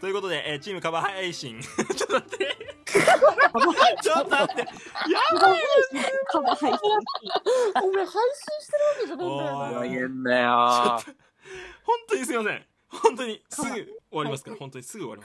ということで、えーチームカバー配信 ちょっと待ってちょっと待ってカバー配信 お前配信してるわけじゃないんだよおなー大変だよ。本当にすいません本当にすぐ終わりますから、はい本当にすぐ終わります